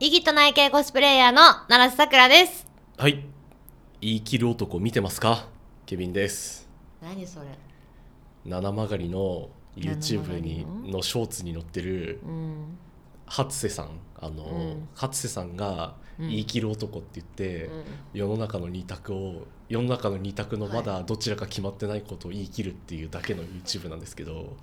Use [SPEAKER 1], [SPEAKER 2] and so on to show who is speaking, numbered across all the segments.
[SPEAKER 1] イギット内系コスプレイヤーの奈良瀬さくらです
[SPEAKER 2] はい言い切る男見てますかケビンです
[SPEAKER 1] 何それ
[SPEAKER 2] 七曲りの YouTube
[SPEAKER 1] 七
[SPEAKER 2] に
[SPEAKER 1] 曲り
[SPEAKER 2] のショーツに載ってる
[SPEAKER 1] うん
[SPEAKER 2] 初瀬さんあの、
[SPEAKER 1] うん
[SPEAKER 2] 初瀬さんが
[SPEAKER 1] うん
[SPEAKER 2] 言い切る男って言って、
[SPEAKER 1] うん
[SPEAKER 2] 世の中の二択を世の中の二択のまだどちらか決まってないことを言い切るっていうだけの YouTube なんですけど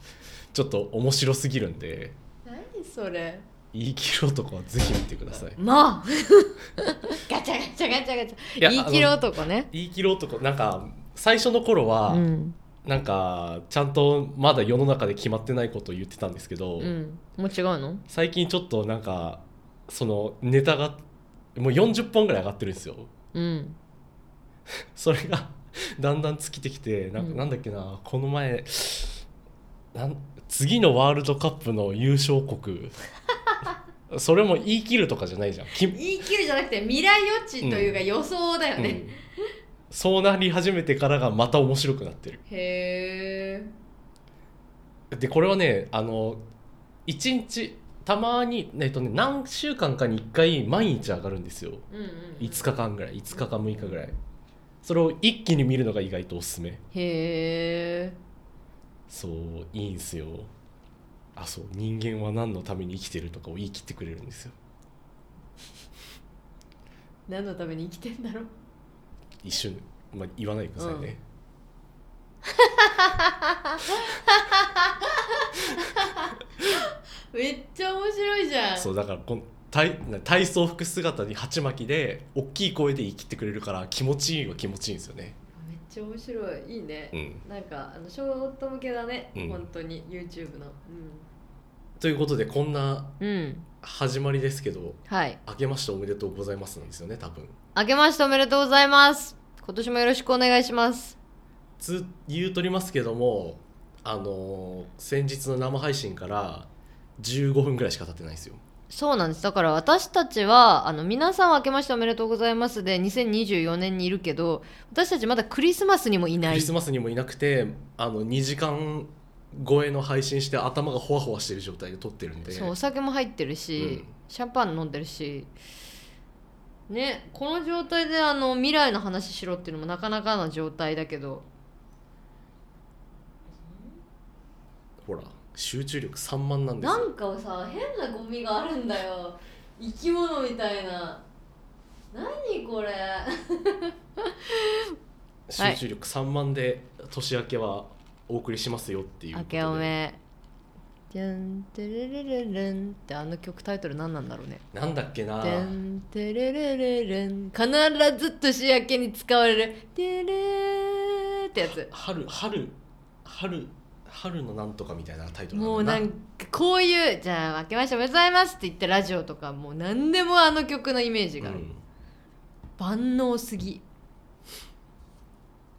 [SPEAKER 2] ちょっと面白すぎるんで
[SPEAKER 1] 何それ
[SPEAKER 2] 言い切る男はぜひ見てください
[SPEAKER 1] まあ ガチャガチャガチャガチャ
[SPEAKER 2] いや
[SPEAKER 1] 言い切る男ね
[SPEAKER 2] 言い切る男なんか最初の頃は、
[SPEAKER 1] うん、
[SPEAKER 2] なんかちゃんとまだ世の中で決まってないことを言ってたんですけど、
[SPEAKER 1] うん、もう違うの
[SPEAKER 2] 最近ちょっとなんかそのネタがもう40本ぐらい上がってるんですよ
[SPEAKER 1] うん
[SPEAKER 2] それが だんだん尽きてきてなんか
[SPEAKER 1] うん
[SPEAKER 2] なんだっけな、この前なん次のワールドカップの優勝国 それも言い切るとかじゃないじゃんき、
[SPEAKER 1] 言い切るじゃなくて未来予知というか予想だよ
[SPEAKER 2] う
[SPEAKER 1] ね、
[SPEAKER 2] んそうなり始めてからがまた面白くなってる
[SPEAKER 1] へえ
[SPEAKER 2] でこれはねあの1日たまに、えっとね、何週間かに1回毎日上がるんですよ
[SPEAKER 1] うんうんうん
[SPEAKER 2] 5日間ぐらい5日か6日ぐらいそれを一気に見るのが意外とおすすめ
[SPEAKER 1] へえ
[SPEAKER 2] そういいんすよあそう人間は何のために生きてるとかを言い切ってくれるんですよ
[SPEAKER 1] 何のために生きてんだろう
[SPEAKER 2] 一瞬、まあ、言わないでくださいね、
[SPEAKER 1] めっちゃ面白いじゃん
[SPEAKER 2] そうだからこの体体操服姿に鉢巻きで大きい声で言い切ってくれるから気持ちいいは気持ちいいんですよね
[SPEAKER 1] めっちゃ面白いいいね
[SPEAKER 2] う、ん
[SPEAKER 1] なんかあのショート向けだね、
[SPEAKER 2] うん
[SPEAKER 1] 本当に YouTube の
[SPEAKER 2] ということでこんな
[SPEAKER 1] うん、
[SPEAKER 2] 始まりですけど
[SPEAKER 1] はい
[SPEAKER 2] 明けましておめでとうございますなんですよね多分
[SPEAKER 1] 明けましておめでとうございます今年もよろしくお願いします
[SPEAKER 2] つ言うとりますけどもあのー先日の生配信から15分ぐらいしか経ってないんですよ
[SPEAKER 1] そうなんですだから私たちはあの皆さん明けましておめでとうございますで2024年にいるけど私たちまだクリスマスにもい
[SPEAKER 2] ク
[SPEAKER 1] ない
[SPEAKER 2] リスマスにもいなくてあの2時間超えの配信して頭がホワホワしてる状態で撮ってるんで
[SPEAKER 1] そうお酒も入ってるし、
[SPEAKER 2] うん
[SPEAKER 1] シャンパン飲んでるしねこの状態であの未来の話しろっていうのもなかなかな状態だけど
[SPEAKER 2] ほら集中力3万なんですよ
[SPEAKER 1] なんかさ変なゴミがあるんだよ生き物みたいな何これはい
[SPEAKER 2] 集中力3万で年明けはお送りしますよっていうこ
[SPEAKER 1] 明
[SPEAKER 2] とで
[SPEAKER 1] けおめ「てんてれれれれん」ってあの曲タイトル何なんだろうね
[SPEAKER 2] なんだっけ
[SPEAKER 1] 「
[SPEAKER 2] な
[SPEAKER 1] てんてれれれれん」必ず年明けに使われる「てれ」ってやつ
[SPEAKER 2] 春春春春のなんとかみたいなタイトル
[SPEAKER 1] もう
[SPEAKER 2] だ
[SPEAKER 1] なんかこういう「じゃあ明けましておめでとうございます」って言ってラジオとかもう何でもあの曲のイメージがあ
[SPEAKER 2] う
[SPEAKER 1] る、
[SPEAKER 2] ん
[SPEAKER 1] 万能すぎ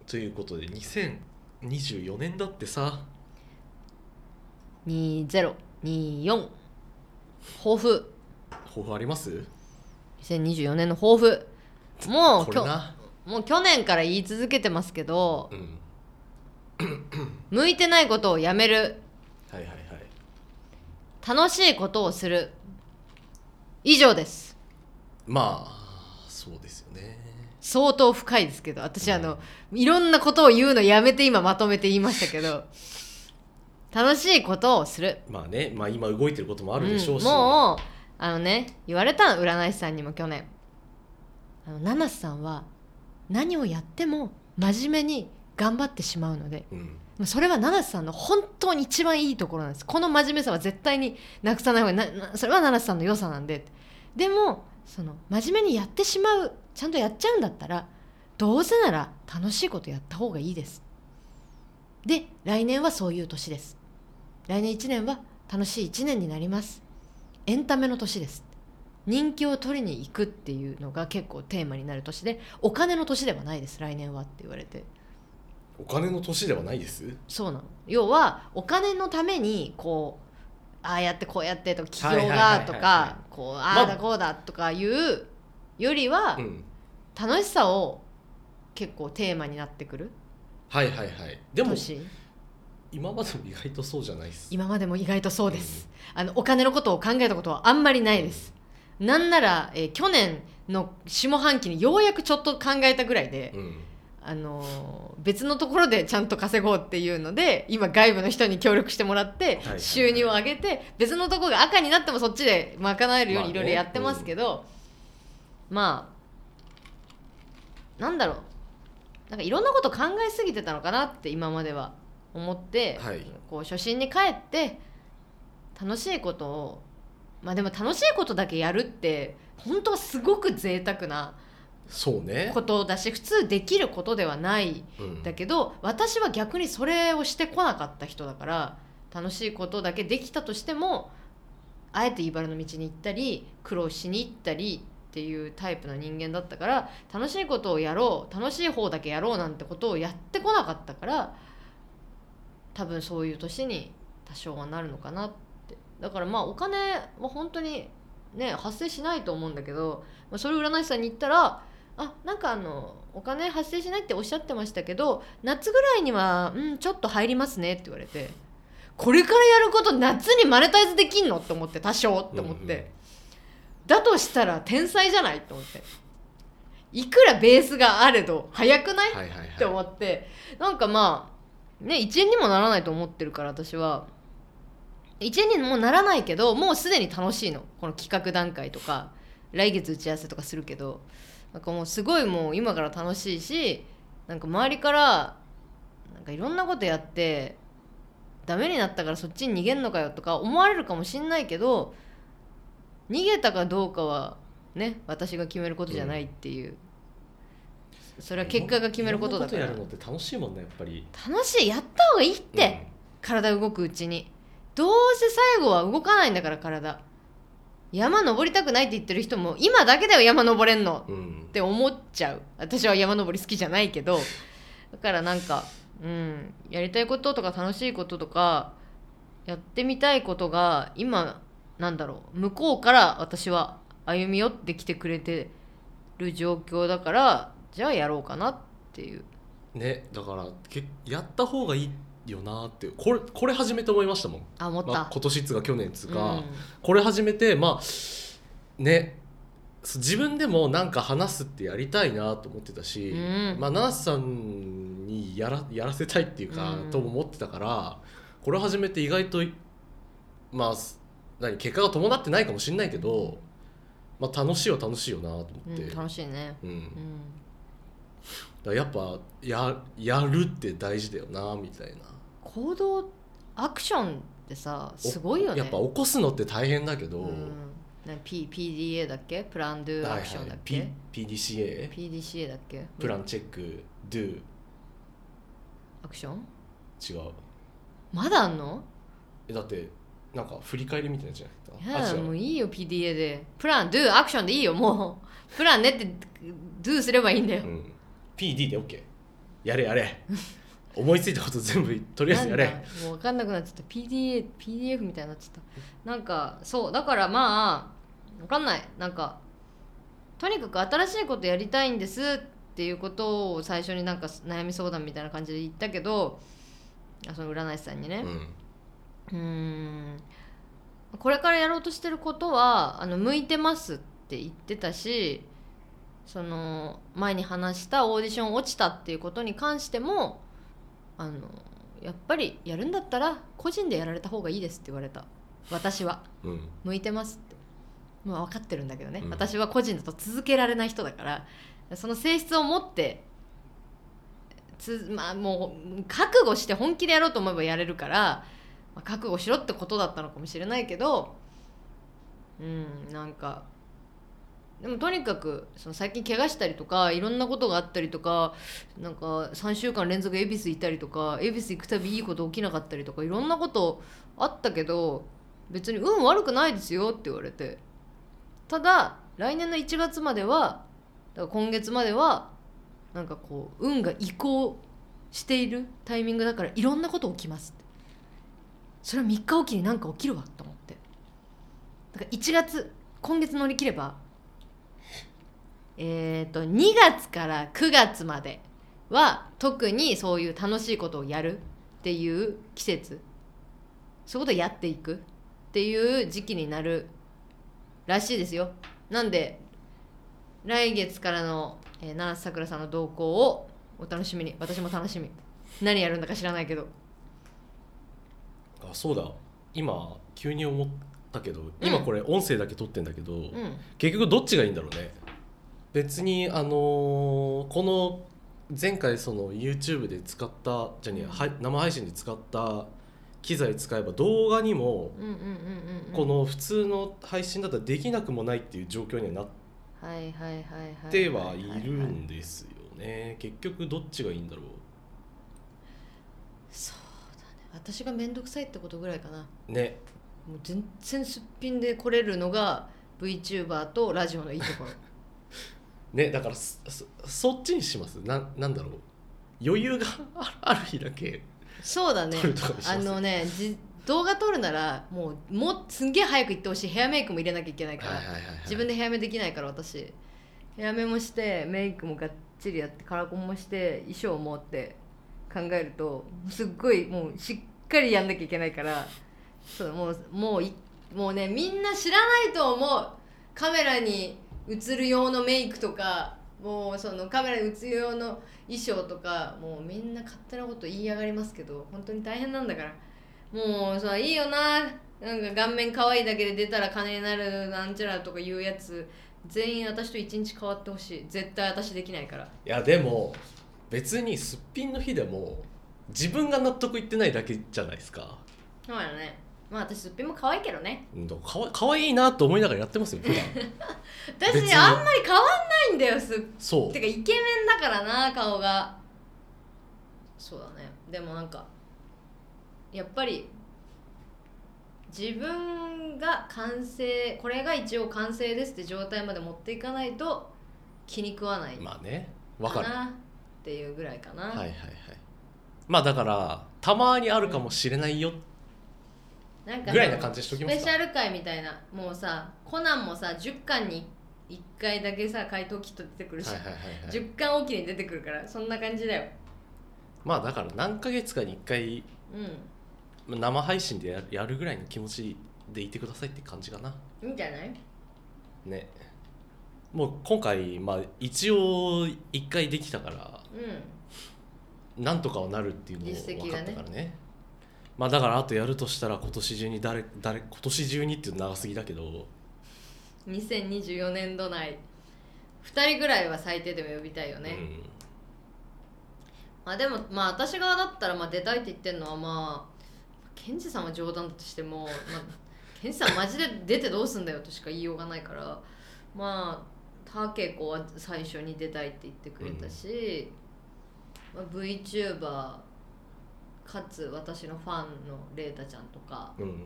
[SPEAKER 2] ということで2024年だってさ
[SPEAKER 1] 2024抱負
[SPEAKER 2] 抱負あります
[SPEAKER 1] 2024年の抱負もう
[SPEAKER 2] こ
[SPEAKER 1] き
[SPEAKER 2] れ
[SPEAKER 1] ょ
[SPEAKER 2] な、
[SPEAKER 1] もう去年から言い続けてますけど
[SPEAKER 2] うん、
[SPEAKER 1] 向いてないことをやめる
[SPEAKER 2] はいはいはい
[SPEAKER 1] 楽しいことをする以上です
[SPEAKER 2] まあそうですよね
[SPEAKER 1] 相当深いですけど私あの、いろんなことを言うのやめて今まとめて言いましたけど楽しいことをする
[SPEAKER 2] まあねまあ今動いてることもあるでしょうし、
[SPEAKER 1] んもうあのね言われたの占い師さんにも去年あの七瀬さんは何をやっても真面目に頑張ってしまうので
[SPEAKER 2] うん、
[SPEAKER 1] もうそれは七瀬さんの本当に一番いいところなんですこの真面目さは絶対になくさない方がいいななそれは七瀬さんの良さなんででもその真面目にやってしまうちゃんとやっちゃうんだったらどうせなら楽しいことやった方がいいですで来年はそういう年です来年1年は楽しい1年になりますエンタメの年です人気を取りに行くっていうのが結構テーマになる年でお金の年ではないです来年はって言われて
[SPEAKER 2] お金の年ではないです
[SPEAKER 1] そうなの要はお金のためにこうああやってこうやってとか
[SPEAKER 2] はい
[SPEAKER 1] 企業
[SPEAKER 2] はいはい
[SPEAKER 1] が
[SPEAKER 2] はい
[SPEAKER 1] とかこうああだ
[SPEAKER 2] まあ
[SPEAKER 1] こうだとかいうよりは
[SPEAKER 2] うん
[SPEAKER 1] 楽しさを結構テーマになってくる
[SPEAKER 2] はいはいはいでも
[SPEAKER 1] 年
[SPEAKER 2] 今までも意外とそうじゃないです
[SPEAKER 1] 今までも意外とそうですあのお金のことを考えたことはあんまりないですなんなら、えー去年の下半期にようやくちょっと考えたぐらいで、
[SPEAKER 2] うん
[SPEAKER 1] あのー別のところでちゃんと稼ごうっていうので今外部の人に協力してもらって
[SPEAKER 2] はい
[SPEAKER 1] 収入を上げて別のところが赤になってもそっちで賄えるよう
[SPEAKER 2] まあ
[SPEAKER 1] にい
[SPEAKER 2] ね
[SPEAKER 1] ろいろやってますけどまあなんだろうなんかいろんなこと考えすぎてたのかなって今までは思って
[SPEAKER 2] はい
[SPEAKER 1] こう初心に帰って楽しいことをまあでも楽しいことだけやるって本当はすごく贅沢な
[SPEAKER 2] そうね
[SPEAKER 1] ことだし普通できることではない。
[SPEAKER 2] うん
[SPEAKER 1] だけど私は逆にそれをしてこなかった人だから楽しいことだけできたとしてもあえて茨の道に行ったり苦労しに行ったりっていうタイプの人間だったから楽しいことをやろう楽しい方だけやろうなんてことをやってこなかったから多分そういう年に多少はなるのかなってだからまあお金は本当にね発生しないと思うんだけど、まあ、それを占い師さんに言ったらあなんかあのお金発生しないっておっしゃってましたけど夏ぐらいにはうんちょっと入りますねって言われてこれからやること夏にマネタイズできんのと思って多少って思って、だとしたら天才じゃないと思っていくらベースがあれど早くない
[SPEAKER 2] うんうんはいはい
[SPEAKER 1] って
[SPEAKER 2] はい
[SPEAKER 1] 思ってなんかまあね1円にもならないと思ってるから私は1円にもならないけどもうすでに楽しいのこの企画段階とか来月打ち合わせとかするけどなんかもうすごいもう今から楽しいしなんか周りからなんかいろんなことやってダメになったからそっちに逃げんのかよとか思われるかもしんないけど逃げたかどうかはね私が決めることじゃないっていう、それは結果が決めることだか
[SPEAKER 2] い
[SPEAKER 1] ら
[SPEAKER 2] ろんなことやるのって楽しいもんねやっぱり
[SPEAKER 1] 楽しいやった方がいいって、体動くうちにどうせ最後は動かないんだから体山登りたくないって言ってる人も今だけだよ山登れんの
[SPEAKER 2] うんうん
[SPEAKER 1] って思っちゃう私は山登り好きじゃないけどだからなんか、うん、やりたいこととか楽しいこととかやってみたいことが今なんだろう向こうから私は歩み寄ってきてくれてる状況だからじゃあやろうかなっていう
[SPEAKER 2] ねだからけやった方がいいよなってこれこれ初めて思いましたもん、
[SPEAKER 1] あ思った、
[SPEAKER 2] まあ、今年っつうか去年っつうか、
[SPEAKER 1] うん
[SPEAKER 2] これ始めてまあねそう自分でもなんか話すってやりたいなと思ってたし、
[SPEAKER 1] うん
[SPEAKER 2] まあ七瀬さんにやらやらせたいっていうか、
[SPEAKER 1] うん
[SPEAKER 2] とも思ってたからこれ始めて意外とまあす何結果が伴ってないかもしれないけど、まあ、楽しいは楽しいよなと思
[SPEAKER 1] う
[SPEAKER 2] って、
[SPEAKER 1] ん、楽しいね、
[SPEAKER 2] うん
[SPEAKER 1] う
[SPEAKER 2] だか
[SPEAKER 1] ん
[SPEAKER 2] らやっぱややるって大事だよなみたいな
[SPEAKER 1] 行動アクションってさすごいよね
[SPEAKER 2] やっぱ起こすのって大変だけど、
[SPEAKER 1] うん、な P PDA だっけプランドゥ
[SPEAKER 2] はい
[SPEAKER 1] ア
[SPEAKER 2] は
[SPEAKER 1] クションだっ
[SPEAKER 2] い、
[SPEAKER 1] け、
[SPEAKER 2] P PDCA
[SPEAKER 1] PDCA だっけ
[SPEAKER 2] プランチェック Do
[SPEAKER 1] アクション
[SPEAKER 2] 違う
[SPEAKER 1] まだあんの
[SPEAKER 2] えだってなんか振り返りみたいなやつじゃ
[SPEAKER 1] い
[SPEAKER 2] ないで
[SPEAKER 1] や
[SPEAKER 2] すかあ違
[SPEAKER 1] も
[SPEAKER 2] う
[SPEAKER 1] ういいよ PDA でプランドゥアクションでいいよもうプランねってドゥすればいいんだよ
[SPEAKER 2] う、ん、PD で OK やれやれ思いついたこと全部とりあえずや
[SPEAKER 1] なん
[SPEAKER 2] れ
[SPEAKER 1] だもう分かんなくなっちゃった PDA PDF みたいになっちゃったなんかそうだからまあ分かんないなんかとにかく新しいことやりたいんですっていうことを最初になんか悩み相談みたいな感じで言ったけどあその占い師さんにね、
[SPEAKER 2] うん
[SPEAKER 1] うーんこれからやろうとしてることはあの向いてますって言ってたしその前に話したオーディション落ちたっていうことに関してもあのやっぱりやるんだったら個人でやられた方がいいですって言われた私は
[SPEAKER 2] うん
[SPEAKER 1] 向いてますってまあ分かってるんだけどね、
[SPEAKER 2] うん
[SPEAKER 1] 私は個人だと続けられない人だからその性質を持ってつ、まあ、もう覚悟して本気でやろうと思えばやれるから、まあ覚悟しろってことだったのかもしれないけどうんなんかでもとにかくその最近怪我したりとかいろんなことがあったりとかなんか3週間連続恵比寿いたりとか恵比寿行くたびいいこと起きなかったりとかいろんなことあったけど別に運悪くないですよって言われてただ来年の1月まではだから今月まではなんかこう運が移行しているタイミングだからいろんなこと起きますってそれは3日おきになんか起きるわと思ってだから1月今月乗り切ればえっ、と2月から9月までは特にそういう楽しいことをやるっていう季節そういうことをやっていくっていう時期になるらしいですよなんで来月からの、えー、七瀬さくらさんの動向をお楽しみに私も楽しみ何やるんだか知らないけど
[SPEAKER 2] あそうだ今急に思ったけど今これ音声だけ撮ってんだけど、
[SPEAKER 1] うん
[SPEAKER 2] 結局どっちがいいんだろうね別にあのーこの前回その YouTube で使ったじゃねえやは生配信で使った機材使えば動画にも
[SPEAKER 1] うんうんうんうんうん
[SPEAKER 2] この普通の配信だったらできなくもないっていう状況にはなっ
[SPEAKER 1] はいはいはいはいはい
[SPEAKER 2] てはいるんですよね結局どっちがいいんだろ
[SPEAKER 1] そうだね私が面倒くさいってことぐらいかな
[SPEAKER 2] うね
[SPEAKER 1] もう全然すっぴんで来れるのが VTuber とラジオのいいところ
[SPEAKER 2] ねだからそそそっちにしますななんだろう余裕がある 日だけ
[SPEAKER 1] そうだね
[SPEAKER 2] 撮るとかにします
[SPEAKER 1] あのねじ動画撮るならもうもうすんげえ早く行ってほしいヘアメイクも入れなきゃいけないから、
[SPEAKER 2] はいはい
[SPEAKER 1] 自分でヘアメできないから私ヘアメもしてメイクもがっちりやってカラコンもして衣装もって考えるとすっごいもうしっかりやんなきゃいけないからそうもうもういもうねみんな知らないと思うカメラに映る用のメイクとかもうそのカメラに映る用の衣装とかもうみんな勝手なこと言いやがりますけど本当に大変なんだからもうさいいよななんか顔面可愛いだけで出たら金になるなんちゃらとか言うやつ全員私と一日変わってほしい絶対私できないから
[SPEAKER 2] いやでも別にすっぴんの日でも自分が納得いってないだけじゃないですか
[SPEAKER 1] そうやねまあ私すっぴんも可愛いけどね
[SPEAKER 2] うんだからかわかわいいなと思いながらやってますよ普段
[SPEAKER 1] 私
[SPEAKER 2] 別に
[SPEAKER 1] ねあんまり変わんないんだよすって
[SPEAKER 2] そう
[SPEAKER 1] かイケメンだからな顔がそうだねでもなんかやっぱり自分が完成これが一応完成ですって状態まで持っていかないと気に食わない
[SPEAKER 2] まあねわかる
[SPEAKER 1] なっていうぐらいかな、
[SPEAKER 2] はいはいはいまあだからたまにあるかもしれないよ
[SPEAKER 1] なんかさ
[SPEAKER 2] ぐらいな感じにしとき
[SPEAKER 1] ス
[SPEAKER 2] ま
[SPEAKER 1] ペ
[SPEAKER 2] す
[SPEAKER 1] シ
[SPEAKER 2] か
[SPEAKER 1] ャル回みたいなもうさコナンもさ10巻に1回だけさ回答キット出てくるし、
[SPEAKER 2] はいはいはいはい
[SPEAKER 1] 10巻おきに出てくるからそんな感じだよ
[SPEAKER 2] まあだから何ヶ月かに1回
[SPEAKER 1] う
[SPEAKER 2] まあ生配信でやるやるぐらいの気持ちでいてくださいって感じかなん
[SPEAKER 1] いいんじゃない
[SPEAKER 2] ねもう今回まあ一応1回できたから
[SPEAKER 1] う
[SPEAKER 2] なんとかはなるっていうのを
[SPEAKER 1] 実
[SPEAKER 2] 分
[SPEAKER 1] 績
[SPEAKER 2] か
[SPEAKER 1] が
[SPEAKER 2] っ
[SPEAKER 1] ね
[SPEAKER 2] たからねまあだからあとやるとしたら今年中に誰誰今年中にっていうの長すぎだけど
[SPEAKER 1] ん2024年度内2人ぐらいは最低でも呼びたいよね、
[SPEAKER 2] うん、
[SPEAKER 1] まあでもまあ私側だったらまあ出たいって言ってるのはまあケンジさんは冗談だとしても、まあ、ケンジさんマジで出てどうすんだよとしか言いようがないからまあタケコは最初に出たいって言ってくれたし、まあ、VTuber かつ私のファンのレータちゃんとか
[SPEAKER 2] うん、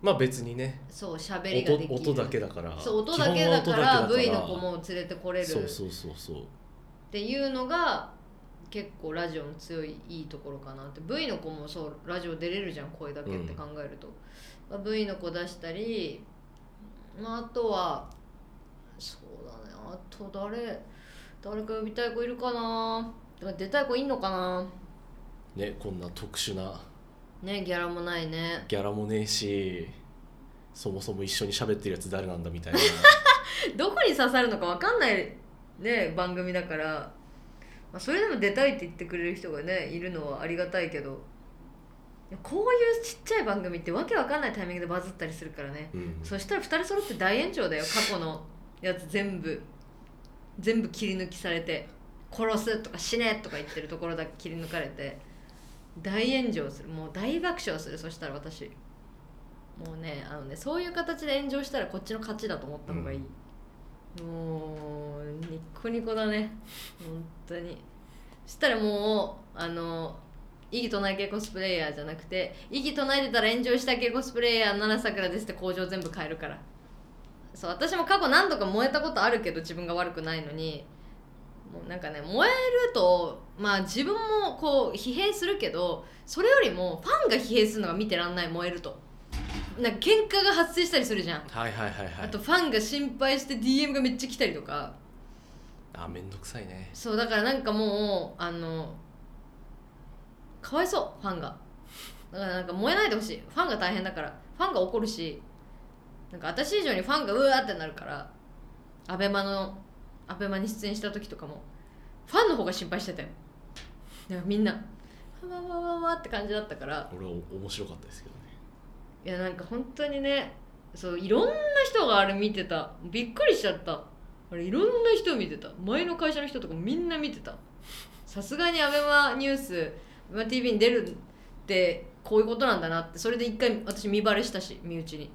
[SPEAKER 2] まあ別にね
[SPEAKER 1] そう喋りができ
[SPEAKER 2] 音
[SPEAKER 1] る
[SPEAKER 2] 音だけだから
[SPEAKER 1] そう音だけだか
[SPEAKER 2] 基本は
[SPEAKER 1] ら
[SPEAKER 2] 音だけ
[SPEAKER 1] V
[SPEAKER 2] だ
[SPEAKER 1] の子も連れてこれる
[SPEAKER 2] そうそうそうそう
[SPEAKER 1] っていうのが結構ラジオの強いいいところかなって V の子もそうラジオ出れるじゃん声だけって考えると、まあ V の子出したり、まあ、あとはそうだねあと誰誰か呼びたい子いるかなでも出たい子いんのかな
[SPEAKER 2] ねこんな特殊な
[SPEAKER 1] ねギャラもないね
[SPEAKER 2] ギャラもねえしそもそも一緒に喋ってるやつ誰なんだみたいな
[SPEAKER 1] どこに刺さるのか分かんないね番組だから、まあ、それでも出たいって言ってくれる人がねいるのはありがたいけどこういうちっちゃい番組ってわけわかんないタイミングでバズったりするからね
[SPEAKER 2] うん
[SPEAKER 1] そしたら2人揃って大炎上だよ過去のやつ全部全部切り抜きされて「殺す」とか「死ね」とか言ってるところだけ切り抜かれて大炎上するもう大爆笑するそしたら私もうねあのねそういう形で炎上したらこっちの勝ちだと思った方がいい、もうニッコニコだね本当にそしたらもうあの異議唱え系コスプレイヤーじゃなくて異議唱えてたら炎上した系コスプレイヤー奈良さくらですって工場全部変えるからそう私も過去何度か燃えたことあるけど自分が悪くないのにもうなんかね燃えるとまあ自分もこう疲弊するけどそれよりもファンが疲弊するのが見てらんない燃えるとなんか喧嘩が発生したりするじゃん、
[SPEAKER 2] はいはいはいは
[SPEAKER 1] あ
[SPEAKER 2] い
[SPEAKER 1] とファンが心配して DM がめっちゃ来たりとか
[SPEAKER 2] あめんどくさいね
[SPEAKER 1] そうだからなんかもうあのかわいそうファンがだからなんか燃えないでほしいファンが大変だからファンが怒るしなんか私以上にファンがうわーってなるからアベマのアベマに出演した時とかもファンの方が心配してたよなんかみんなわわわわわって感じだったから
[SPEAKER 2] 俺は面白かったですけどね
[SPEAKER 1] いやなんか本当にねそういろんな人があれ見てたびっくりしちゃったあれいろんな人見てた前の会社の人とかみんな見てたさすがにアベマニュースアベマ t v に出るってこういうことなんだなってそれで一回私見バレしたし身内に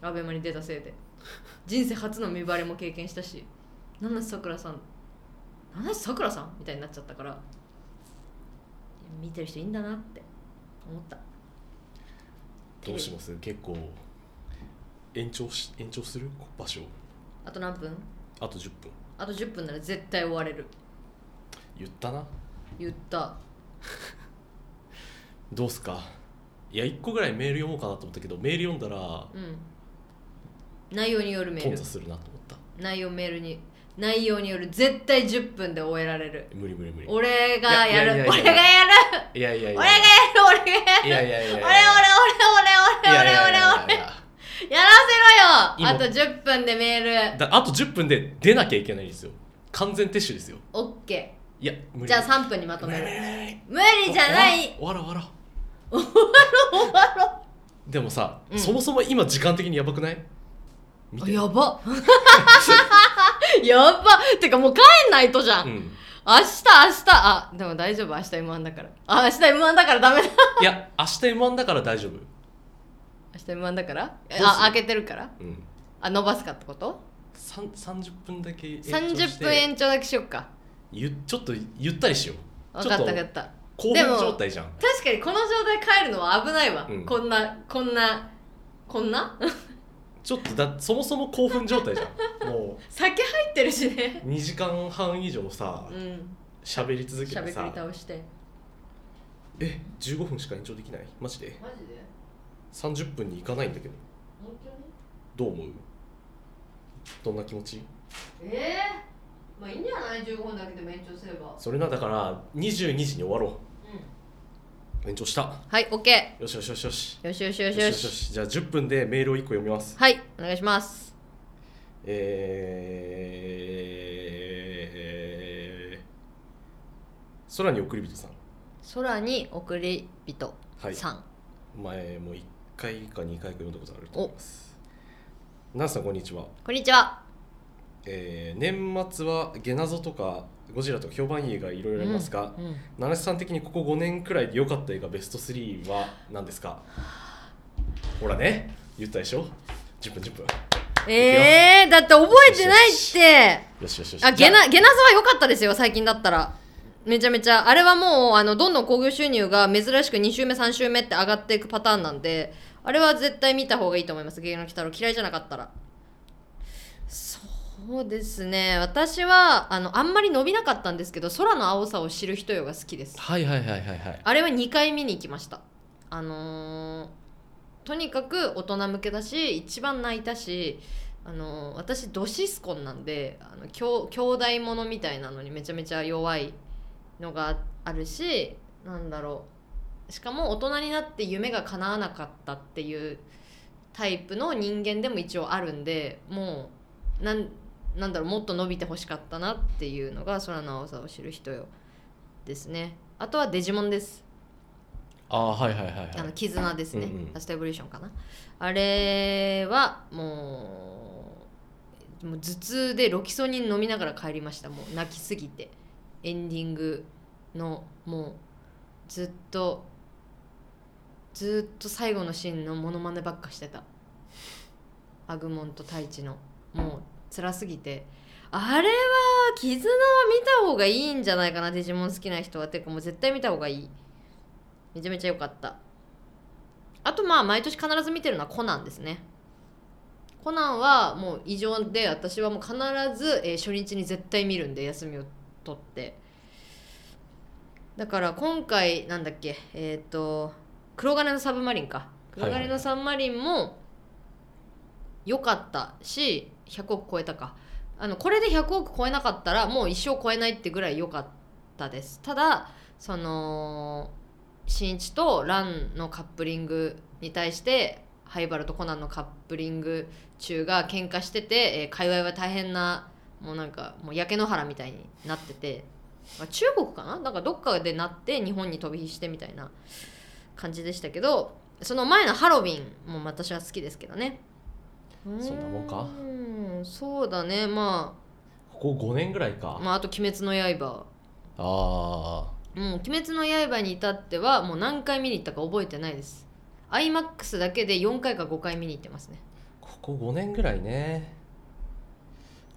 [SPEAKER 1] アベマに出たせいで人生初の見バレも経験したし七瀬さくらさん七瀬さくらさんみたいになっちゃったからいや見てる人いいんだなって思った
[SPEAKER 2] どうします結構延長し延長する場所
[SPEAKER 1] あと何分
[SPEAKER 2] あと10分
[SPEAKER 1] あと10分なら絶対終われる
[SPEAKER 2] 言ったな
[SPEAKER 1] 言った
[SPEAKER 2] どうすかいや1個ぐらいメール読もうかなと思ったけどメール読んだら
[SPEAKER 1] うん内容によるメー
[SPEAKER 2] 頓
[SPEAKER 1] ル
[SPEAKER 2] 挫するなと思った
[SPEAKER 1] 内容メールに内容による絶対10分で終えられる
[SPEAKER 2] 無理無理無理
[SPEAKER 1] 俺がや
[SPEAKER 2] いやいやいやい
[SPEAKER 1] る
[SPEAKER 2] や
[SPEAKER 1] 俺がやる
[SPEAKER 2] いやいやい
[SPEAKER 1] 俺が
[SPEAKER 2] や
[SPEAKER 1] やる俺がやる
[SPEAKER 2] いやいやいやい
[SPEAKER 1] 俺俺俺
[SPEAKER 2] や
[SPEAKER 1] 俺俺俺俺俺やらせろよ
[SPEAKER 2] 今
[SPEAKER 1] あと10分でメール
[SPEAKER 2] だあと10分で出なきゃいけないんですよ完全撤収ですよ
[SPEAKER 1] オッケ
[SPEAKER 2] いや無
[SPEAKER 1] ー
[SPEAKER 2] 理
[SPEAKER 1] じゃあ3分にまと
[SPEAKER 2] 無
[SPEAKER 1] め
[SPEAKER 2] 理無
[SPEAKER 1] る無理
[SPEAKER 2] 理無理無理
[SPEAKER 1] じゃない
[SPEAKER 2] 終わら終わらう終わらう終わらう
[SPEAKER 1] 終わろ
[SPEAKER 2] でもさ、
[SPEAKER 1] うん
[SPEAKER 2] そもそも今時間的にやばくない見
[SPEAKER 1] あ
[SPEAKER 2] て
[SPEAKER 1] やばやばてかもう帰んないとじゃ
[SPEAKER 2] うんん
[SPEAKER 1] 明日明日あでも大丈夫明日 M1 だからあ明日 M1 だからダメだ
[SPEAKER 2] いや明日 m 1だから大丈夫
[SPEAKER 1] 明日 M1 だからえ
[SPEAKER 2] どうす
[SPEAKER 1] あ開
[SPEAKER 2] る
[SPEAKER 1] けてるから
[SPEAKER 2] うん
[SPEAKER 1] あ伸ばすかってこと
[SPEAKER 2] さん30分だけ延長し
[SPEAKER 1] 30
[SPEAKER 2] て
[SPEAKER 1] 分延長だけしよっか
[SPEAKER 2] ゆちょっとゆったりしよう
[SPEAKER 1] 分かった分
[SPEAKER 2] ち
[SPEAKER 1] か
[SPEAKER 2] ょっ
[SPEAKER 1] っ
[SPEAKER 2] と
[SPEAKER 1] た
[SPEAKER 2] 興
[SPEAKER 1] で
[SPEAKER 2] 奮
[SPEAKER 1] も
[SPEAKER 2] 状態じゃん
[SPEAKER 1] 確かにこの状態帰るのは危ないわ、
[SPEAKER 2] うん
[SPEAKER 1] こんなこんなこんな
[SPEAKER 2] ちょっとだそもそも興奮状態じゃん も
[SPEAKER 1] 酒入ってるしね
[SPEAKER 2] う2時間半以上さ
[SPEAKER 1] うん
[SPEAKER 2] 喋り続け
[SPEAKER 1] しゃべ
[SPEAKER 2] て
[SPEAKER 1] くり
[SPEAKER 2] さ
[SPEAKER 1] 倒して
[SPEAKER 2] え15分しか延長できないマジで
[SPEAKER 1] マジで
[SPEAKER 2] 30分に行かないんだけど
[SPEAKER 1] 本当に
[SPEAKER 2] どう思うどんな気持ち
[SPEAKER 1] ええまあいいんじゃない15分だけでも延長すれば
[SPEAKER 2] それなだから22時に終わろ
[SPEAKER 1] うん
[SPEAKER 2] う延長した
[SPEAKER 1] はい OK
[SPEAKER 2] よしよしよしよし
[SPEAKER 1] よしよしよし
[SPEAKER 2] よ
[SPEAKER 1] よ
[SPEAKER 2] しよ
[SPEAKER 1] し
[SPEAKER 2] しじゃあ10分でメールを1個読みます
[SPEAKER 1] はいお願いします
[SPEAKER 2] えー、空に送り人さん
[SPEAKER 1] 空に送り人
[SPEAKER 2] はい
[SPEAKER 1] さん、
[SPEAKER 2] 前もう1回か2回か読んだことあると思いますナンさんこんにちは、
[SPEAKER 1] こんにちは
[SPEAKER 2] えー年末はゲナゾとかゴジラとか評判映画いろいろありますが、
[SPEAKER 1] うん
[SPEAKER 2] 七瀬さん的にここ5年くらいで良かった映画ベスト3は何で すかほらね言ったでしょ10分10分
[SPEAKER 1] えー、だって覚えてないって
[SPEAKER 2] よしよしよし
[SPEAKER 1] あ
[SPEAKER 2] じゃ
[SPEAKER 1] ゲナゲナズは良かったですよ最近だったらめちゃめちゃあれはもうあのどんどん興行収入が珍しく2週目3週目って上がっていくパターンなんであれは絶対見た方がいいと思います「ゲゲの鬼太郎」嫌いじゃなかったらそうですね私はあのあんまり伸びなかったんですけど空の青さを知る人よが好きです
[SPEAKER 2] はいはいはいはいはい
[SPEAKER 1] あれは2回見に行きましたあのーとにかく大人向けだし一番泣いたし、あのー私ドシスコンなんであのきょう兄弟ものみたいなのにめちゃめちゃ弱いのがあるしなんだろうしかも大人になって夢が叶わなかったっていうタイプの人間でも一応あるんでもうなんなんだろうもっと伸びてほしかったなっていうのが空の青さを知る人よですねあとはデジモンです
[SPEAKER 2] ああはいはいはいはい
[SPEAKER 1] あの絆ですね、
[SPEAKER 2] うんうん
[SPEAKER 1] ラストエボリューションかなあれはもうもう頭痛でロキソニン飲みながら帰りましたもう泣きすぎてエンディングのもうずっとずっと最後のシーンのモノマネばっかしてたアグモンと太一のもう辛すぎてあれは絆は見た方がいいんじゃないかなデジモン好きな人はてかもう絶対見た方がいいめちゃめちゃ良かったあとまあ毎年必ず見てるのはコナンですねコナンはもう異常で私はもう必ず、えー初日に絶対見るんで休みを取ってだから今回なんだっけえっ、と黒金のサブマリンか黒金のサブマリンも良かったし100億超えたかあのこれで100億超えなかったらもう一生超えないってぐらい良かったですただその新一とランのカップリングに対して灰原とコナンのカップリング中が喧嘩してて、えー界隈は大変なもうなんかもう焼け野原みたいになってて、まあ中国かななんかどっかでなって日本に飛び火してみたいな感じでしたけどその前のハロウィンも私は好きですけどね
[SPEAKER 2] そんなもんか
[SPEAKER 1] うんそうだねま
[SPEAKER 2] ここ5年ぐらいか
[SPEAKER 1] あ、、まあ、あと「鬼滅の刃」
[SPEAKER 2] あ
[SPEAKER 1] もう「鬼滅の刃」に至ってはもう何回見に行ったか覚えてないです iMAX だけで4回か5回見に行ってますね
[SPEAKER 2] ーここ5年ぐらいね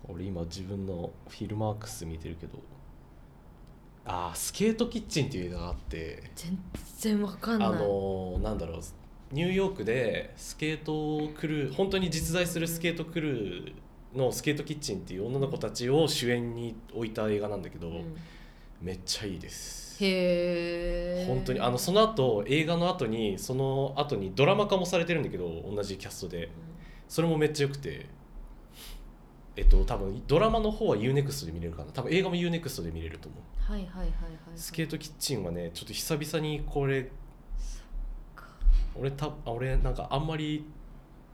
[SPEAKER 2] 俺今自分のフィルマークス見てるけどああスケートキッチンっていう映画があって
[SPEAKER 1] 全然わかんない
[SPEAKER 2] あのーなんだろうニューヨークでスケートクルー本当に実在するスケートクルーのスケートキッチンっていう女の子たちを主演に置いた映画なんだけど、
[SPEAKER 1] うん
[SPEAKER 2] めっちゃいいです
[SPEAKER 1] へえ
[SPEAKER 2] 本当にあのその後映画の後にその後にドラマ化もされてるんだけど同じキャストでそれもめっちゃ良くてえっと多分ドラマの方は UNEXT で見れるかな多分映画も UNEXT で見れると思う
[SPEAKER 1] はいはいはいはいはい
[SPEAKER 2] スケートキッチンはねちょっと久々にこれ俺たあ俺なんかあんまり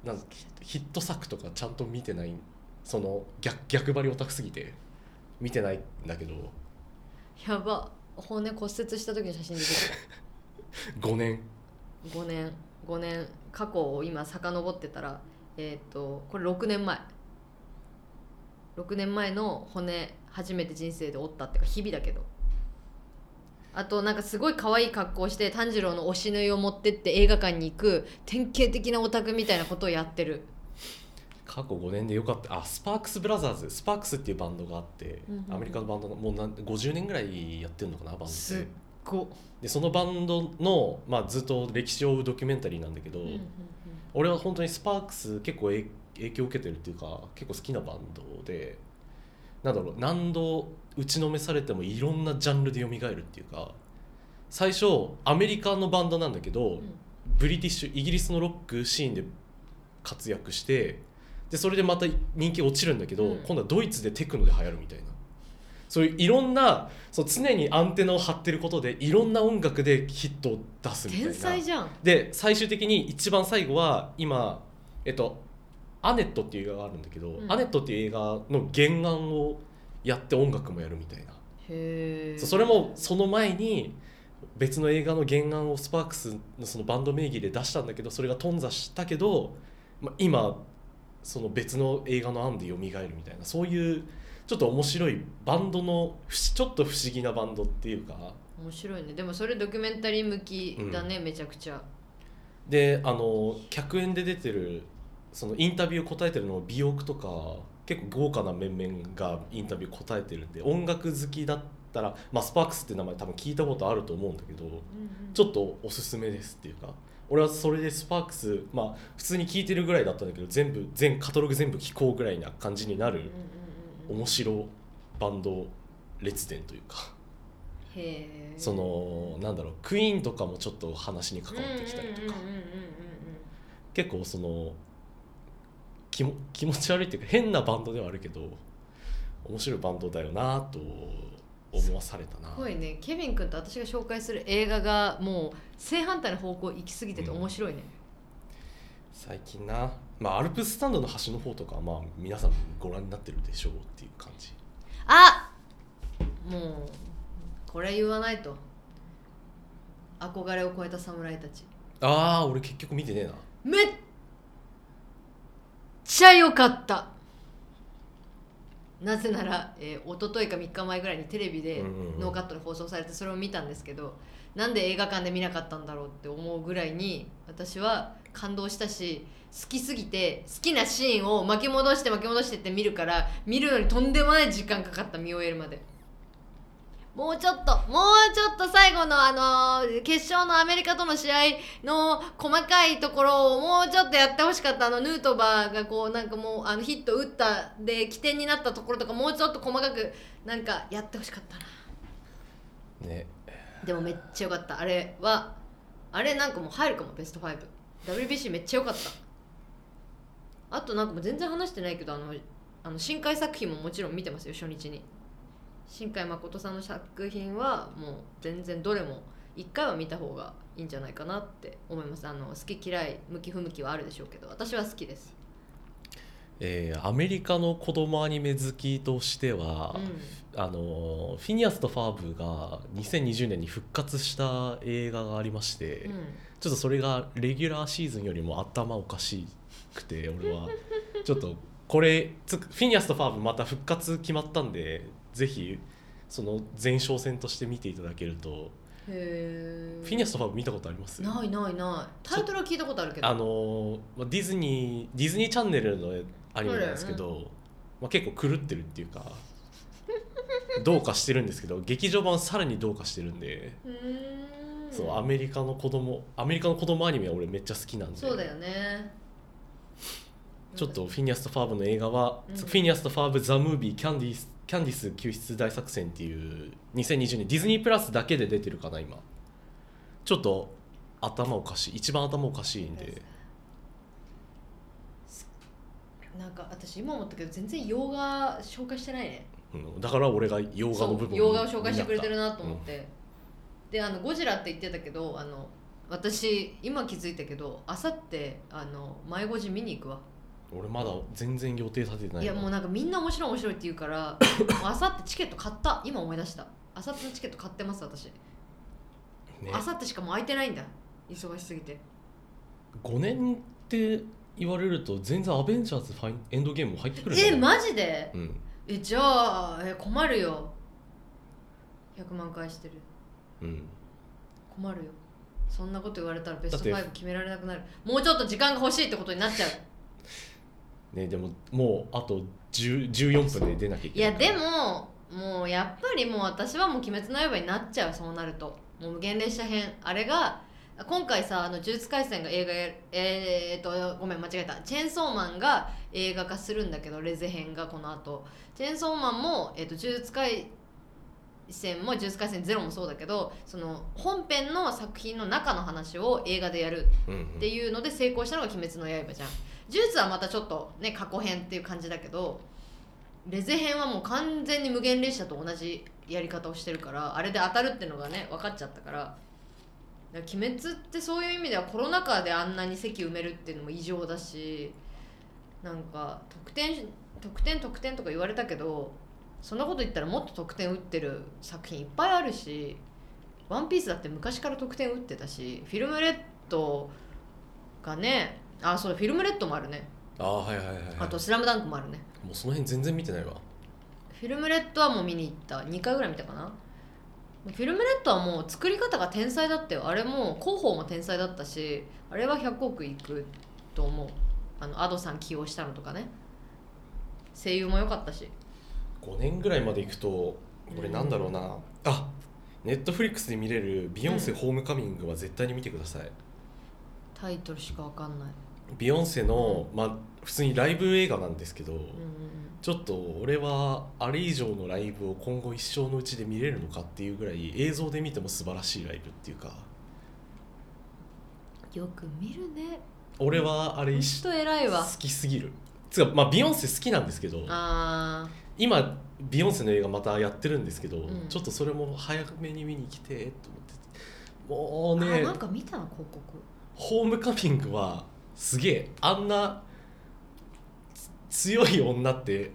[SPEAKER 2] なんかヒット作とかちゃんと見てないその逆逆張りオタクすぎて見てないんだけど
[SPEAKER 1] やば骨骨折した時の写真出てき
[SPEAKER 2] 5年
[SPEAKER 1] た5年5年過去を今遡ってたらえっ、とこれ6年前6年前の骨初めて人生で折ったっていうか日々だけどあとなんかすごい可愛い格好をして炭治郎の推し縫いを持ってって映画館に行く典型的なオタクみたいなことをやってる
[SPEAKER 2] 過去5年でよかったあスパークスブラザーズスパークスっていうバンドがあって、
[SPEAKER 1] うんうんうん
[SPEAKER 2] アメリカのバンドのもうなん50年ぐらいやってるのかなバンド
[SPEAKER 1] すっ
[SPEAKER 2] で
[SPEAKER 1] ご
[SPEAKER 2] でそのバンドの、まあ、ずっと歴史を追うドキュメンタリーなんだけど、俺は本当にスパークス結構え影響を受けてるっていうか結構好きなバンドでなんだろう何度打ちのめされてもいろんなジャンルで蘇るっていうか最初アメリカのバンドなんだけど、
[SPEAKER 1] ん
[SPEAKER 2] ブリティッシュイギリスのロックシーンで活躍してでそれでまた人気落ちるんだけど、
[SPEAKER 1] うん
[SPEAKER 2] 今度はドイツでテクノで流行るみたいなそういういろんなそう常にアンテナを張ってることでいろんな音楽でヒットを出すみたいな
[SPEAKER 1] 天才じゃん
[SPEAKER 2] で最終的に一番最後は今えっと「アネット」っていう映画があるんだけど「
[SPEAKER 1] うん
[SPEAKER 2] アネット」っていう映画の原案をやって音楽もやるみたいな、
[SPEAKER 1] へえ
[SPEAKER 2] そうそれもその前に別の映画の原案をスパークスのそのバンド名義で出したんだけどそれが頓挫したけど、まあ、今その別の映画の案で蘇るみたいなそういうちょっと面白いバンドの不思ちょっと不思議なバンドっていうか。
[SPEAKER 1] 面白いねでもそれドキュメンタリー向きだね、めちゃくちゃ
[SPEAKER 2] であの客演で出てるそのインタビュー答えてるのも美容区とか結構豪華な面々がインタビュー答えてるんで音楽好きだったら、まあ、スパークスって名前多分聞いたことあると思うんだけどちょっとおすすめですっていうか俺はそれでスパークスまあ普通に聞いてるぐらいだったんだけど全部全カタログ全部聞こうぐらいな感じにな
[SPEAKER 1] うん
[SPEAKER 2] る
[SPEAKER 1] うんうんうん
[SPEAKER 2] 面白バンド列伝というか
[SPEAKER 1] へえ
[SPEAKER 2] そのなんだろうクイーンとかもちょっと話に関わってきたりとか。
[SPEAKER 1] うんうんうんうん
[SPEAKER 2] 結構その気も 気持ち悪いっていうか変なバンドではあるけど面白いバンドだよなと思わされたな
[SPEAKER 1] すごいねケビン君と私が紹介する映画がもう正反対の方向行き過ぎてて面白いね、
[SPEAKER 2] 最近な、まあ、アルプススタンドの端の方とかはまあ皆さんご覧になってるでしょうっていう感じ
[SPEAKER 1] あもうこれ言わないと憧れを超えた侍たち
[SPEAKER 2] ああ俺結局見てねえな
[SPEAKER 1] めっちゃ良かったなぜなら、えー、一昨日か3日前ぐらいにテレビで
[SPEAKER 2] うんうんうん
[SPEAKER 1] ノーカットで放送されてそれを見たんですけどなんで映画館で見なかったんだろうって思うぐらいに私は感動したし好きすぎて好きなシーンを巻き戻して巻き戻してって見るから見るのにとんでもない時間かかった見終えるまでもうちょっともうちょっと最後のあのー決勝のアメリカとの試合の細かいところをもうちょっとやってほしかったあのヌートバーがこうなんかもうあのヒット打ったで起点になったところとかもうちょっと細かくなんかやってほしかったな
[SPEAKER 2] ね
[SPEAKER 1] でもめっちゃ良かったあれはあれなんかもう入るかもベスト 5WBC めっちゃ良かったあとなんかもう全然話してないけどあのあの新海作品ももちろん見てますよ初日に新海誠さんの作品はもう全然どれも一回は見た方がいいんじゃないかなって思いますあの好き嫌い向き不向きはあるでしょうけど私は好きです、
[SPEAKER 2] えーアメリカの子供アニメ好きとしては
[SPEAKER 1] う、ん、
[SPEAKER 2] あのフィニアスとファーブが2020年に復活した映画がありまして、
[SPEAKER 1] うん
[SPEAKER 2] ちょっとそれがレギュラーシーズンよりも頭おかしくて俺はちょっとこれつフィニアスとファーブまた復活決まったんでぜひその前哨戦として見ていただけると、
[SPEAKER 1] へ
[SPEAKER 2] フィニア
[SPEAKER 1] ス
[SPEAKER 2] スとファーブ見たことあります
[SPEAKER 1] ないないないタイトルは聞いたことあるけど
[SPEAKER 2] あのまあディズニーディズニーチャンネルのアニメなんですけど、まあ、結構狂ってるっていうかどうかしてるんですけど劇場版さらにどうかしてるんで、
[SPEAKER 1] うーん
[SPEAKER 2] そうアメリカの子供アメリカの子供アニメは俺めっちゃ好きなんで
[SPEAKER 1] そうだよね
[SPEAKER 2] ちょっとフィニアスとファーブの映画は、
[SPEAKER 1] うん
[SPEAKER 2] フィニアスとファーブ・ザ・ムービーキャンディスキャンディス救出大作戦っていう2020年ディズニープラスだけで出てるかな今ちょっと頭おかしい一番頭おかしいんで、
[SPEAKER 1] なんか私今思ったけど全然洋画紹介してないね
[SPEAKER 2] うん、だから俺が洋画の
[SPEAKER 1] そ
[SPEAKER 2] 部分
[SPEAKER 1] う
[SPEAKER 2] に
[SPEAKER 1] 洋画を紹介してくれてるなと思って、であのゴジラって言ってたけどあの私今気づいたけどあさってあの前ゴジ見に行くわ
[SPEAKER 2] 俺まだ全然予定立ててない
[SPEAKER 1] いやもう
[SPEAKER 2] な
[SPEAKER 1] なんかみんな面白い面白いって言うから もうあさってチケット買った今思い出したあさってのチケット買ってます私
[SPEAKER 2] ね
[SPEAKER 1] あさってしかもう空いてないんだ忙しすぎて
[SPEAKER 2] 5年って言われると全然アベンジャーズファインエンドゲームも入ってくるんだね
[SPEAKER 1] えマジで
[SPEAKER 2] うん
[SPEAKER 1] えじゃあえ困るよ100万回してる
[SPEAKER 2] うん
[SPEAKER 1] 困るよそんなこと言われたらベス
[SPEAKER 2] だっ
[SPEAKER 1] ト
[SPEAKER 2] て
[SPEAKER 1] 5決められなくなるもうちょっと時間が欲しいってことになっちゃう
[SPEAKER 2] ねでももうあと10 14分で出なきゃい
[SPEAKER 1] い
[SPEAKER 2] けな
[SPEAKER 1] や
[SPEAKER 2] いから
[SPEAKER 1] でももうやっぱりもう私はもう鬼滅の刃になっちゃうそうなるともう無限列車編あれが今回さあの呪術廻戦が映画やえー、っとごめん間違えたチェーンソーマンが映画化するんだけどレゼ編がこの後チェーンソーマンも、えー、と呪術廻戦も呪術廻戦ゼロもそうだけどその本編の作品の中の話を映画でやる
[SPEAKER 2] うんうん
[SPEAKER 1] っていうので成功したのが「鬼滅の刃」じゃん呪術はまたちょっとね過去編っていう感じだけどレゼ編はもう完全に無限列車と同じやり方をしてるからあれで当たるってのがね分かっちゃったからだから鬼滅ってそういう意味ではコロナ禍であんなに席埋めるっていうのも異常だしなんか得点得点得点とか言われたけどそんなこと言ったらもっと得点打ってる作品いっぱいあるし「ワンピースだって昔から得点打ってたしフィルムレッドがねあそうフィルムレッドもあるね
[SPEAKER 2] ああはいはいはいはい
[SPEAKER 1] あと「スラムダンクもあるね
[SPEAKER 2] もうその辺全然見てないわ
[SPEAKER 1] フィルムレッドはもう見に行った2回ぐらい見たかなフィルムレッドはもう作り方が天才だったよあれもう広報も天才だったしあれは100億いくと思うあのアドさん起用したのとかね声優も良かったし
[SPEAKER 2] 5年ぐらいまで行くとこれなんだろうな、あネットフリックスで見れる「ビヨンセホームカミング」は絶対に見てください、
[SPEAKER 1] タイトルしか分かんない、
[SPEAKER 2] ビヨンセの、まあ普通にライブ映画なんですけど、
[SPEAKER 1] うんうん
[SPEAKER 2] ちょっと俺はあれ以上のライブを今後一生のうちで見れるのかっていうぐらい映像で見ても素晴らしいライブっていうか
[SPEAKER 1] うん、よく見るね
[SPEAKER 2] 俺はあれ
[SPEAKER 1] ほん
[SPEAKER 2] 一
[SPEAKER 1] と偉い
[SPEAKER 2] 好
[SPEAKER 1] わ
[SPEAKER 2] きすぎるつうかまあビヨンセ好きなんですけど
[SPEAKER 1] あ
[SPEAKER 2] 今ビヨンセの映画またやってるんですけど、
[SPEAKER 1] ん
[SPEAKER 2] ちょっとそれも早めに見に来てと
[SPEAKER 1] ー、
[SPEAKER 2] 思ってもう
[SPEAKER 1] あ
[SPEAKER 2] ね
[SPEAKER 1] なんか見たの広告
[SPEAKER 2] ホームカミングはすげえあんなつ強い女って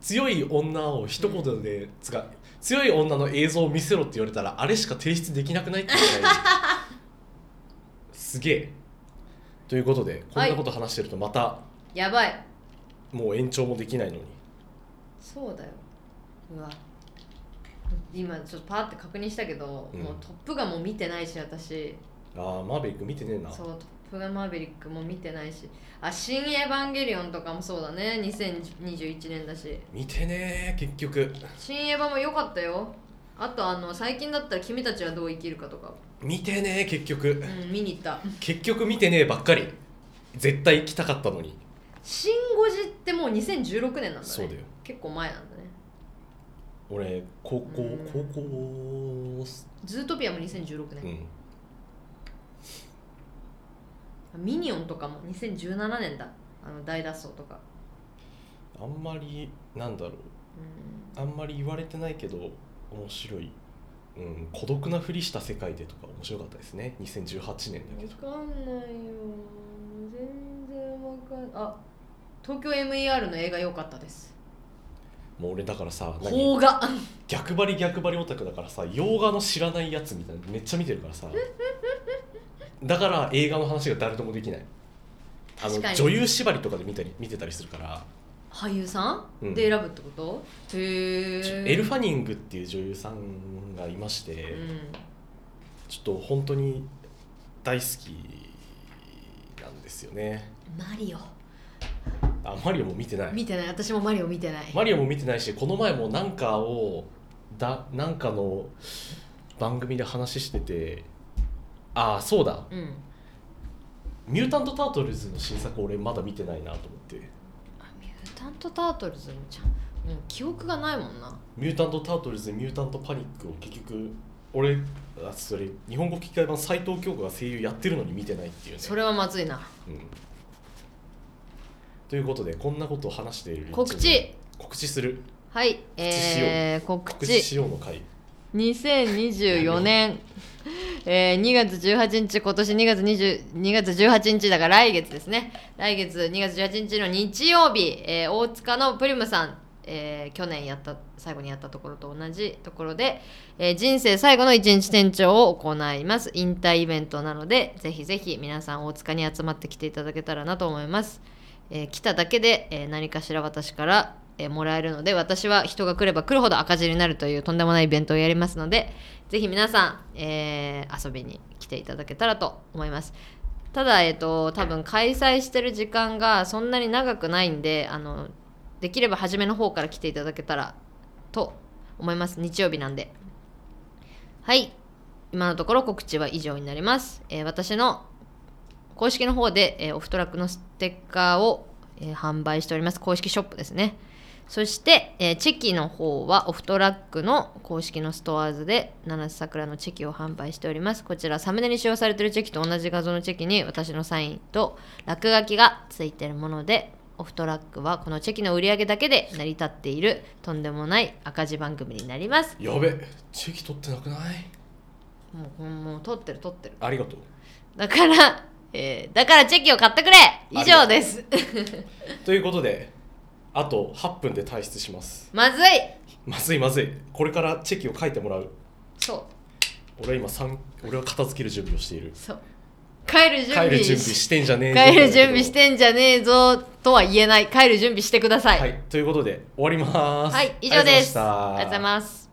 [SPEAKER 2] 強い女を一言で、つか強い女の映像を見せろって言われたらあれしか提出できなくないって言 われるすげえということでこんなこと話してるとまた
[SPEAKER 1] やばい
[SPEAKER 2] もう延長もできないのに
[SPEAKER 1] そうだようわ今ちょっとパーって確認したけど、
[SPEAKER 2] うん
[SPEAKER 1] もうトップガンも見てないし私
[SPEAKER 2] ああマーベリック見てねえな
[SPEAKER 1] そうトップガンマーヴェリックも見てないしあ新エヴァンゲリオンとかもそうだね2021年だし
[SPEAKER 2] 見てねえ結局
[SPEAKER 1] 新エヴァも良かったよあとあの最近だったら君たちはどう生きるかと か、
[SPEAKER 2] 見てねえ結局
[SPEAKER 1] うん、見に行った
[SPEAKER 2] 結局見てねえばっかり絶対行きたかったのに
[SPEAKER 1] 新ゴジってもう2016年なんだね
[SPEAKER 2] そうだよ
[SPEAKER 1] 結構前なんだね
[SPEAKER 2] 俺高校
[SPEAKER 1] うん
[SPEAKER 2] 高校す
[SPEAKER 1] ズートピアも2016
[SPEAKER 2] う
[SPEAKER 1] 年、
[SPEAKER 2] ん
[SPEAKER 1] ミニオンとかも2017年だあの大脱走とか、
[SPEAKER 2] あんまりなんだろう
[SPEAKER 1] うん
[SPEAKER 2] あんまり言われてないけど面白いうん、孤独なふりした世界でとか面白かったですね2018年だけど
[SPEAKER 1] わかんないよ全然わかんあ東京 MER の映画良かったです
[SPEAKER 2] もう俺だからさ何
[SPEAKER 1] 邦画
[SPEAKER 2] 逆張り逆張りオタクだからさ洋画の知らないやつみたいなのめっちゃ見てるからさだから映画の話が誰ともできないあの
[SPEAKER 1] 確かに
[SPEAKER 2] 女優縛りとかで見たり見てたりするから、
[SPEAKER 1] 俳優さん、
[SPEAKER 2] うん
[SPEAKER 1] で選ぶってことへ
[SPEAKER 2] ちょ
[SPEAKER 1] え
[SPEAKER 2] エル・ファニングっていう女優さんがいまして、
[SPEAKER 1] うん
[SPEAKER 2] ちょっと本当に大好きなんですよね
[SPEAKER 1] マリオ
[SPEAKER 2] あマリオも見てない
[SPEAKER 1] 見てない私もマリオ見てない
[SPEAKER 2] マリオも見てないしこの前もなんかをだなんかの番組で話しててああそうだ
[SPEAKER 1] うん
[SPEAKER 2] 「ミュータント・タートルズ」の新作俺まだ見てないなと思って
[SPEAKER 1] あミュータント・タートルズもちゃんもう記憶がないもんな
[SPEAKER 2] 「ミュータント・タートルズ・ミュータント・パニック」を結局俺あそれ日本語吹き替え版斎藤京子が声優やってるのに見てないっていうね
[SPEAKER 1] それはまずいな
[SPEAKER 2] うん、ということでこんなことを話している
[SPEAKER 1] 告知
[SPEAKER 2] 告知する
[SPEAKER 1] はいえー、告
[SPEAKER 2] 告知
[SPEAKER 1] 知
[SPEAKER 2] しようの回
[SPEAKER 1] 2024年、えー、2月18日今年2月20 2月18日だから来月ですね来月2月18日の日曜日、えー大塚のプリムさん、えー去年やった最後にやったところと同じところで、えー人生最後の一日店長を行います引退イベントなのでぜひぜひ皆さん大塚に集まってきていただけたらなと思います、えー来ただけで、えー何かしら私から、えーもらえるので私は人が来れば来るほど赤字になるというとんでもないイベントをやりますのでぜひ皆さん、えー遊びに来ていただけたらと思いますただえっ、と多分開催してる時間がそんなに長くないんであのできれば初めの方から来ていただけたらと思います日曜日なんではい今のところ告知は以上になります、えー私の公式の方で、えーオフトラックのステッカーを、えー販売しております公式ショップですねそして、えーチェキの方はオフトラックの公式のストアーズで七瀬さくらのチェキを販売しておりますこちらサムネに使用されているチェキと同じ画像のチェキに私のサインと落書きがついているものでオフトラックはこのチェキの売り上げだけで成り立っているとんでもない赤字番組になります
[SPEAKER 2] やべチェキ取ってなくない
[SPEAKER 1] もうもう撮ってる撮ってる
[SPEAKER 2] ありがとう
[SPEAKER 1] だから、えーだからチェキを買ってくれ以上です。
[SPEAKER 2] ということであと8分で退出しま す
[SPEAKER 1] まずい
[SPEAKER 2] まずいまずいこれからチェキを書いてもらう
[SPEAKER 1] そ
[SPEAKER 2] 俺は今三俺は片付ける準備をしている
[SPEAKER 1] う、そう。帰る準
[SPEAKER 2] 帰
[SPEAKER 1] 備
[SPEAKER 2] る準備してんじゃねえ
[SPEAKER 1] 帰る準備してんじゃねえぞとは言えない。帰る準備してください。
[SPEAKER 2] はいということで終わります
[SPEAKER 1] はい、以上です。
[SPEAKER 2] あ
[SPEAKER 1] ありがとう
[SPEAKER 2] りがとうござ
[SPEAKER 1] ご
[SPEAKER 2] い
[SPEAKER 1] ざい
[SPEAKER 2] ま
[SPEAKER 1] ます。